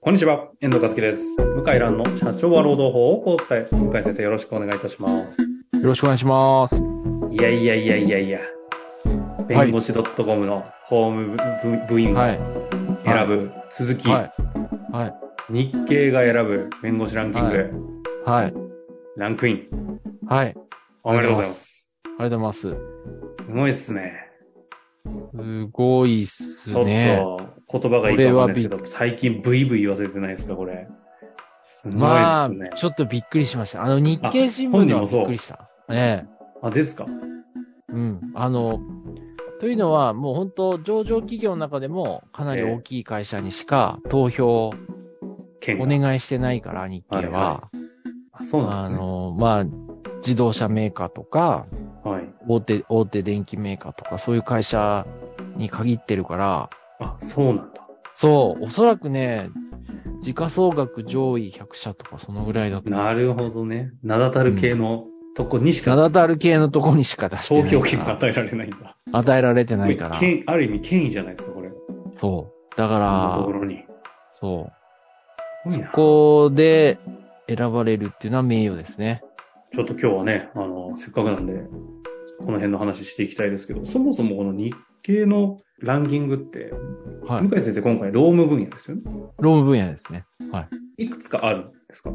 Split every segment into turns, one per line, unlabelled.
こんにちは、遠藤和樹です。向井蘭の社長は労働法をこう伝え、向井先生よろしくお願いいたします。
よろしくお願いします。
いやいやいやいやいや、弁護士 .com の法務部部員
は
が
い。
選ぶ、鈴木、
はい。はい。
日経が選ぶ弁護士ランキング、
はいはい。
ランクイン。
はい。あり
おめでとうございます。
がとうございます。
すごいっすね。
すごいっす
ちょっ
ね。
と言葉がいいかもしれないですけど、最近ブイブイ言わせてないですか、これ。すごいっすね。
ま
あ
あ、ちょっとびっくりしました。あの、日経新
あ本
聞
人
の
も
は
そう
びっくりした。え
ですか
え。うん。あの、というのは、もう本当、上場企業の中でも、かなり大きい会社にしか投票
県が
お願いしてないから、日経は。
あそうなんで
あ
すね。
の、まあ、自動車メーカーとか、
はい。
大手、大手電機メーカーとか、そういう会社に限ってるから、
あ、そうなんだ。
そう、おそらくね、時価総額上位100社とかそのぐらいだと。
なるほどね。名だたる系のとこにし
名
か
だたる系のとこにしか出して
投
ないから。
票権が与えられないんだ。
与えられてないから。
権ある意味権威じゃないですか、これ。
そう。だ
そ
か
んなとこ
ら、
ろに。
そ
すご
う。
い
そ
な
こで選ばれるっていうのは名誉ですね。
ちょっと今日はね、あの、せっかくなんで、この辺の話していきたいですけど、そもそもこの日経のランキングって、
はい。
向井先生今回労務分野ですよね。
ローム分野ですね。
いくつかあるんですか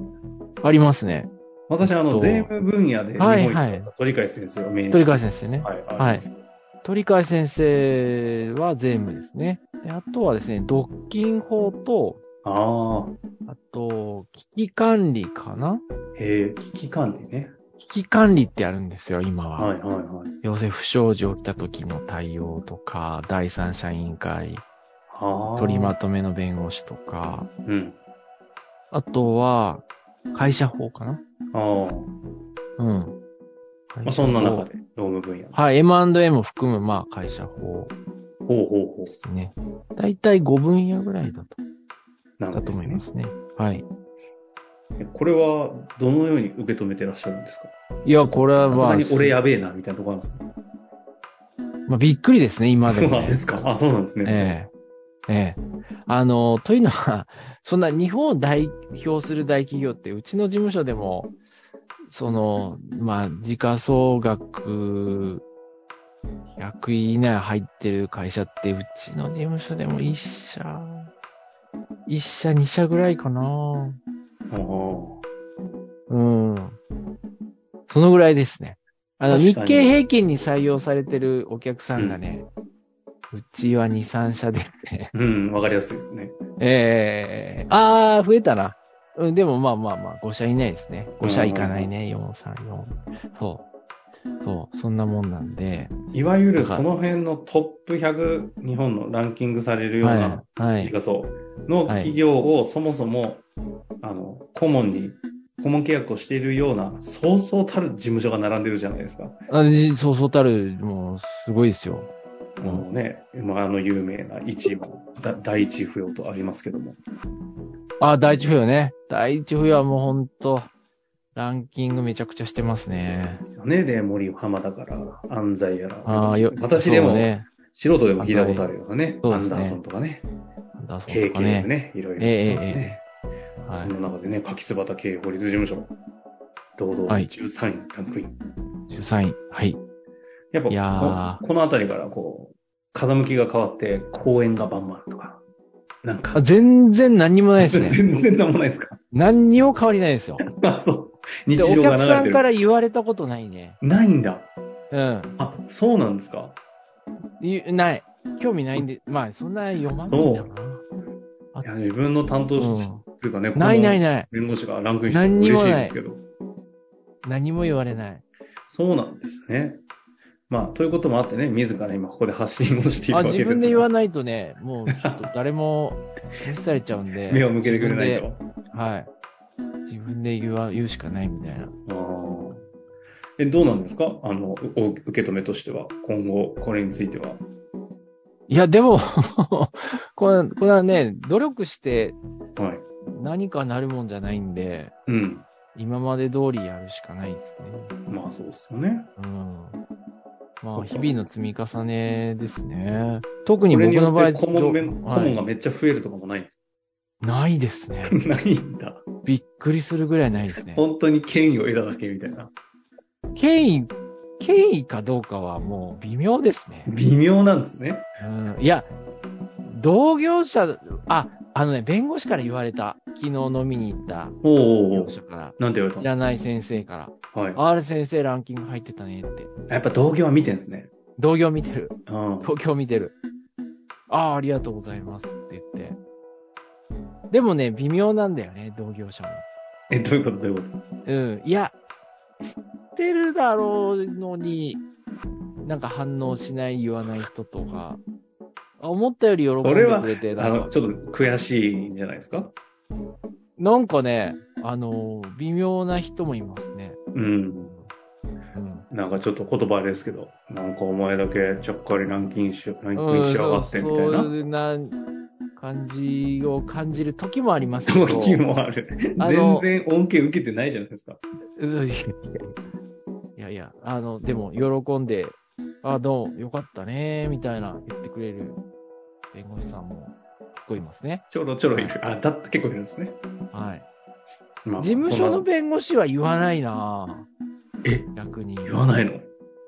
ありますね。
私、あ
えっ
の、
と
税務分野で、
はいはい
日本一だった鳥海先生を命
鳥海先生ね。
はい、
はい
あります
鳥海先生は税務ですね。であとはですね、独禁法と、
ああ、
あと、危機管理かな
へえ、危機管理ね。
危機管理ってあるんですよ、今は。
はい、はい、はい。
要請不祥事起きた時の対応とか、第三者委員会、
はあ。
取りまとめの弁護士とか、
うん。
あとは、会社法かな
ああ。
うん。
まあ、そんな中で、労務分野。
はい、M&M を含む、まあ、会社法で
ほうほうほ
すね。だいたい5分野ぐらいだと、
う。なん
だ
で
と思
す
い
ね
ま。すね。はい。
えこれは、どのように受け止めてらっしゃるんですか
いや、これは
さす
ま
が
あ、
に俺やべえな、みたいなとこあるんですか
まあ、びっくりですね、今 で
そう
も、
なん
ね
で。すかあ、そうなんですね。
ええ。ええ。あの、というのは、そんな日本を代表する大企業って、うちの事務所でも、その、まあ、時価総額100位以内入ってる会社って、うちの事務所でも1社、1社、2社ぐらいかな。
ああ
うん。そのぐらいですね。あの、
確
日
かに
経平均に採用されてるお客さんがね、うちは2、3社で、
うん、わかりやすいですね。
ええあー、増えたな。うん、でもまあまあまあ、5社いないですね。5社いかないね、4、3、4。そう。そう、そんなもんなんで。
いわゆる
だから
その辺のトップ100、日本のランキングされるような
はい。は
時
い。
価総の企業をそもそも、あの、顧問に、顧問契約をしているような、そうそうたる事務所が並んでるじゃないですか。
あじそうそうたる、もう、すごいですよ。
あのね、まあ、あの有名な一番、だ第一不要とありますけども。
あ、第一冬ね。第一冬はもうほんと、ランキングめちゃくちゃしてますね。
ですよね。で、森浜だから、安西やら。
ああ、よ、
私でも、
そうね。
素人でも聞いたことあるようなね。
そう
ア
です
ン
ね
ダーソンとかね。
なんだそう
経
と
験
か
で
ね。
ね、いろいろ
え
聞
え
きますね。
は
そ
い。
の中でね、柿巣畑経営法律事務所、堂々
はい
13位ランクイン。
13位。はい。
やっぱ
いやー
こ、この辺りからこう、風向きが変わって、公演がバンバンとか、なん
あ
か、
全然何にもないです ね。
全然なんもないですか。
何にも変わりないですよ。
あ、そう。日
でお
常が流
客
れ
さ
て
ん
る。
から言われたことないね。
ないんだ。
うん。
あ、そうなんですか。
いない。興味ないんで、まあ、そんな読まないんだよ
いや自分の担当
な。
者というかね、
うん。ないない
い。
ない。
弁護士がランクインして
何に
嬉
も
しい
ない
ですけど。
何も言われない。
そうなんですね。まあ、ということもあってね、自ら今ここで発信をしている
あ、
わけです
自
が。
分で言わないとね、もうちょっと誰も 無視されちゃうんで
目を向けてくれないと。
自分で。はい。自分で言わ、言うしかないみたいな。
あーえ、どうなんですかあの、お受け止めとしては、今後、これについては。
いや、でも こんな、こんなね、努力して
はい。
何かなるもんじゃないんで、
うん。
今まで通りやるしかないですね。
まあ、そうですよね。
うん。ま
そっ
あ、
か
日々の積み重ねですね。特に
これ
僕
によ
の場合、
って顧問弁、
は
顧
い
問がめっちゃ増えるとかもないんです
ないですね。
ないんだ。
びっくりするぐらいないですね。
本当に権威を得ただけみたいな。
権威、権威かどうかはもう微妙ですね。
微妙なんですね。
うん。いや、同業者、あ、あのね、弁護士から言われた。昨日飲みに行った
おうおうお
業
う
者から。
なんて言われたん
い
で
らない先生から。
すかはい。
R 先生ランキング入ってたねって。
やっぱ同業は見てんですね。
同業見てる。
うん。
東京見てる。ああ、ありがとうございますって言って。でもね、微妙なんだよね、同業者も。
え、どういうことどういうこと
うん。いや、知ってるだろうのに、なんか反応しない、言わない人とか、あ思ったより喜ん
それ
で
は
くれて、な
あ
ん
の、
か、
ちょっと悔しいんじゃないですか
なんかね、あのー、微妙な人もいますね。
うん。
うん。
なんかちょっと言葉あれですけど、なんかお前だけちょっかりランキングし、ランキング
う
し
ん、
やがってみたいな。
そうな感じを感じる時もありますけど。
時もある。
あ
全
の
然恩恵受けてないじゃないですか。
うんいやいやいやいや、あの、でも、喜んで、あ、どうも、よかったね、みたいな言ってくれる弁護士さんも、結構いますね。
ちょろちょろいる。あ、だって結構いるんですね。
はい。
まあ
事務所
そ
の
んな
弁護士は言わないな
え
逆に。。
言わないいの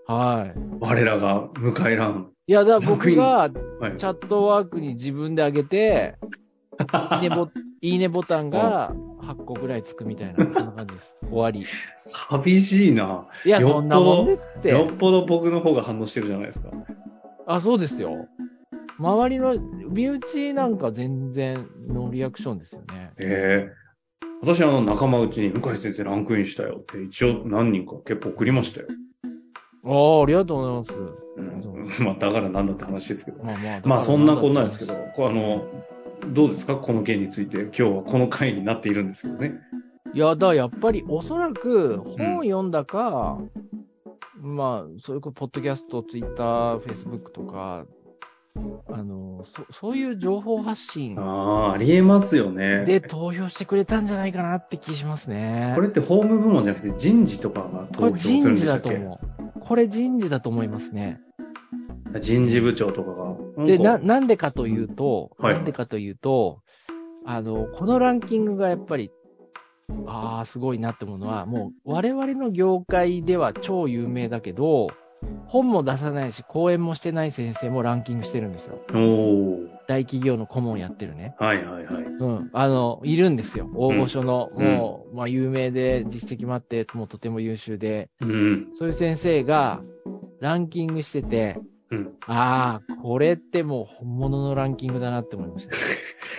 はい。
我らが迎えらん。
いや、だから僕が、チ
はい。
ャットワークに自分であげて、いいねボ、いいねボタンが8個ぐらいつくみたいな、そんな感 じです。終わり。
寂しいな。
いや、
よっぽど
そんなもんですって。
よっぽど僕の方が反応してるじゃないですか。
あ、そうですよ。周りの、身内なんか全然ノーリアクションですよね。
ええ私あの仲間うちに向井先生ランクインしたよって一応何人か結構送りましたよ。
ああ、ありがとうございます。
うん。まあだからなんだって話ですけど。
まあまあ。
まあそんなこんなですけど
い、
こうあの、どうですかこの件について今日はこの回になっているんですけどね。
や、だからやっぱりおそらく本を読んだか、まあ、そういうこうポッドキャスト、ツイッター、フェイスブックとか、あの、そそういう情報発信
ああ、ありえますよね。
で投票してくれたんじゃないかなって気しますね。
これって法務部門じゃなくて人事とかが
こ
投
れ
票するん
人
でし
事
た
だ
っ
と
け
思う。これ人事だと思いますね。
人事部長とかが。
で、
な
な、
んか
なんでかというと、
はい
なんでかというと、あの、このランキングがやっぱり、ああ、すごいなって思うのは、もう我々の業界では超有名だけど、本も出さないし、講演もしてない先生もランキングしてるんですよ。
おー
大企業の顧問やってるね。
はいはいはい。
うん。あの、いるんですよ。大御所の、
うん
もう、まあ、有名で、実績もあって、もうとても優秀で、
うん。
そういう先生が、ランキングしてて、
うん。
ああ、これってもう本物のランキングだなって思いまし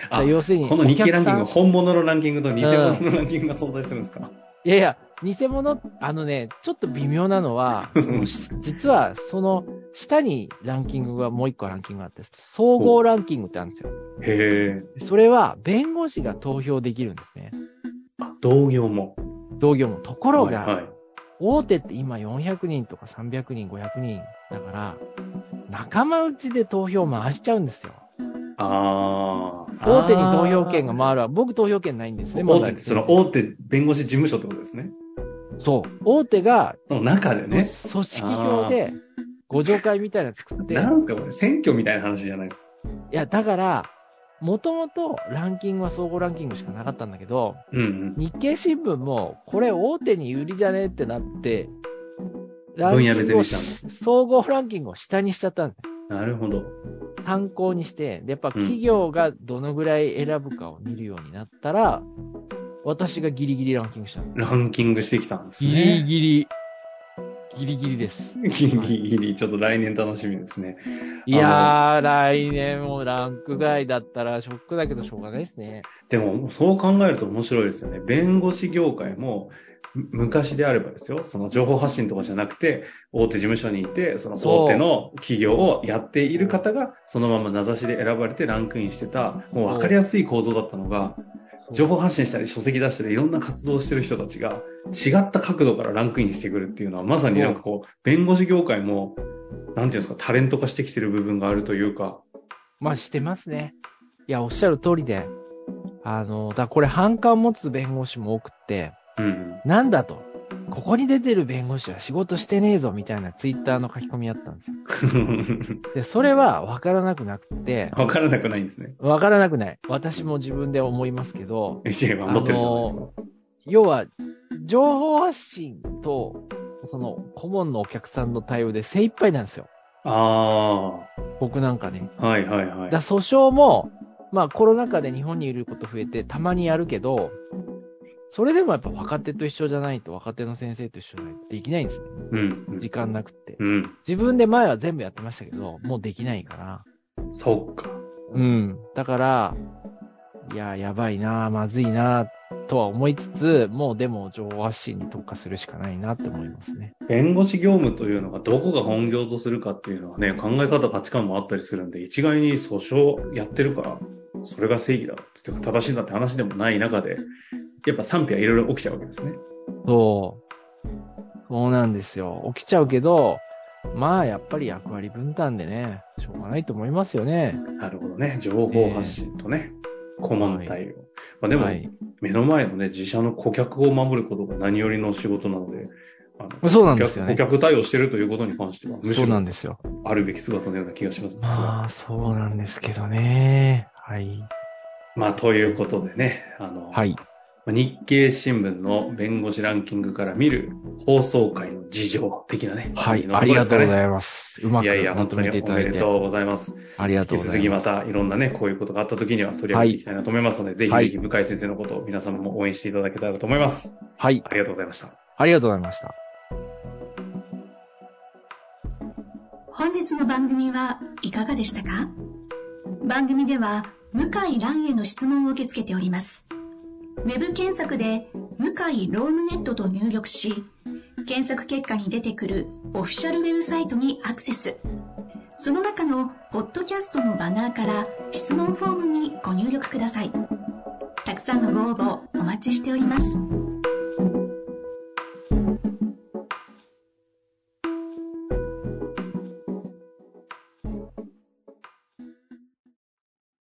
た。
あ、
要するに、
この
お
日
客
経ランキ
さ
ン
ん
グ、本物のランキングと偽物のランキングが存在するんですか、
いやいや、偽物、あのね、ちょっと微妙なのは、そのし実はその下にランキングがもう一個ランキングがあって、総合ランキングってあるんですよ。
へえ。
それは弁護士が投票できるんですね。
あ、同業も。
同業も。ところ
はい
が、
はい。
大手って今400人とか300人、500人だから、仲間内で投票回しちゃうんですよ。
あー
大手に投票権が回るわ。僕投票権ないんですね、
大
ま
手っ
だ
て、その大手弁護士事務所ってことですね。
そう。大手が
の中で
組
ね。
織票で、ご助会みたいなの作って、い
なんですかこれ、選挙みたいな話じゃないですか。
や、だから、もともとランキングは総合ランキングしかなかったんだけど、
うんうん。
日経新聞も、これ大手に売りじゃねえってなって、ラ
分野別に
を
し
総合ランキングを下にしちゃったんです。
なるほど。
参考にして、でやっぱ企業がどのぐらい選ぶかを見るようになったら、私がギリギリランキングしたんです。
ランキングしてきたんです
ギリ
ね。
ギリ。ギリギリです。
ギリギリ。ちょっと来年楽しみですね。
いやー、来年もランク外だったらショックだけどしょうがないですね。
でも、そう考えると面白いですよね。弁護士業界も、む昔であればですよ、その情報発信とかじゃなくて、大手事務所にいて、その
そう
大手の企業をやっている方が、そのまま名指しで選ばれてランクインしてた、もう分かりやすい構造だったのが、情報発信したり書籍出したりいろんな活動をしてる人たちが、違った角度からランクインしてくるっていうのは、まさになんかこう、弁護士業界も、なんていうんですか、タレント化してきてる部分があるというか、
まあしてますね。いや、おっしゃる通りで。あの、だからこれ反感を持つ弁護士も多くって、
うん。
なんだと。ここに出てる弁護士は仕事してねえぞみたいなツイッターの書き込みあったんですよ。で、それはわからなくなくて、
わからなくないんですね。
わからなくない。私も自分で思いますけど、
いや、持ってるじゃないですか。
要は、情報発信と、その、顧問のお客さんの対応で精一杯なんですよ。
あ
僕なんかね。
あー、はいはいはい。
だ訴訟も、まあコロナ禍で日本にいること増えて、たまにやるけど、それでもやっぱ若手と一緒じゃないと、若手の先生と一緒じゃないとできないんですね。
うん。
時間なくって。
うん。
自分で前は全部やってましたけど、もうできないから。
そっか。
うん。だから、いや、やばいな、まずいな、とは思いつつ、もうでも情報発信に特化するしかないなって思いますね。
弁護士業務というのがどこが本業とするかっていうのはね、考え方、価値観もあったりするんで、一概に訴訟やってるから、それが正義だっていうか正しいんだって話でもない中で、やっぱ賛否はいろいろ起きちゃうわけですね。
そう。そうなんですよ。起きちゃうけど、まあやっぱり役割分担でね、しょうがないと思いますよね。
なるほどね。情報発信とね、顧問対応。まあでも、
はい。
目の前のね、自社の顧客を守ることが何よりの仕事なので、あの
そうなんですよね
顧客顧客対応してるということに関しては、む
そ
し
うなん
ろ
ですよ。
あるべき姿のような気がします。
まあ、そうなんですけどね。はい。
まあ、ということでね、あの、
はい。
日経新聞の弁護士ランキングから見る放送会の事情的なね。
はい。ありがとうござ
ま
います。うまく
いやいや、
ま
本
と
当に
めてい
お
た
め
だい
で
て。
とうございます。
ありがと
引き
うご
続
ざ
き
い
ま
ます。
たいろんなね、こういうことがあった時には取り上げていきたいなと思いますので、ぜひぜひ向井先生のことを皆さんも応援していただけたらと思います。
はい。
ありがとうございました。
ありがとうございました。
本日の番組はいかがでしたか番組では向井蘭への質問を受け付けておりますウェブ検索で「向井ロームネット」と入力し検索結果に出てくるオフィシャルウェブサイトにアクセスその中のポッドキャストのバナーから質問フォームにご入力くださいたくさんのご応募お待ちしております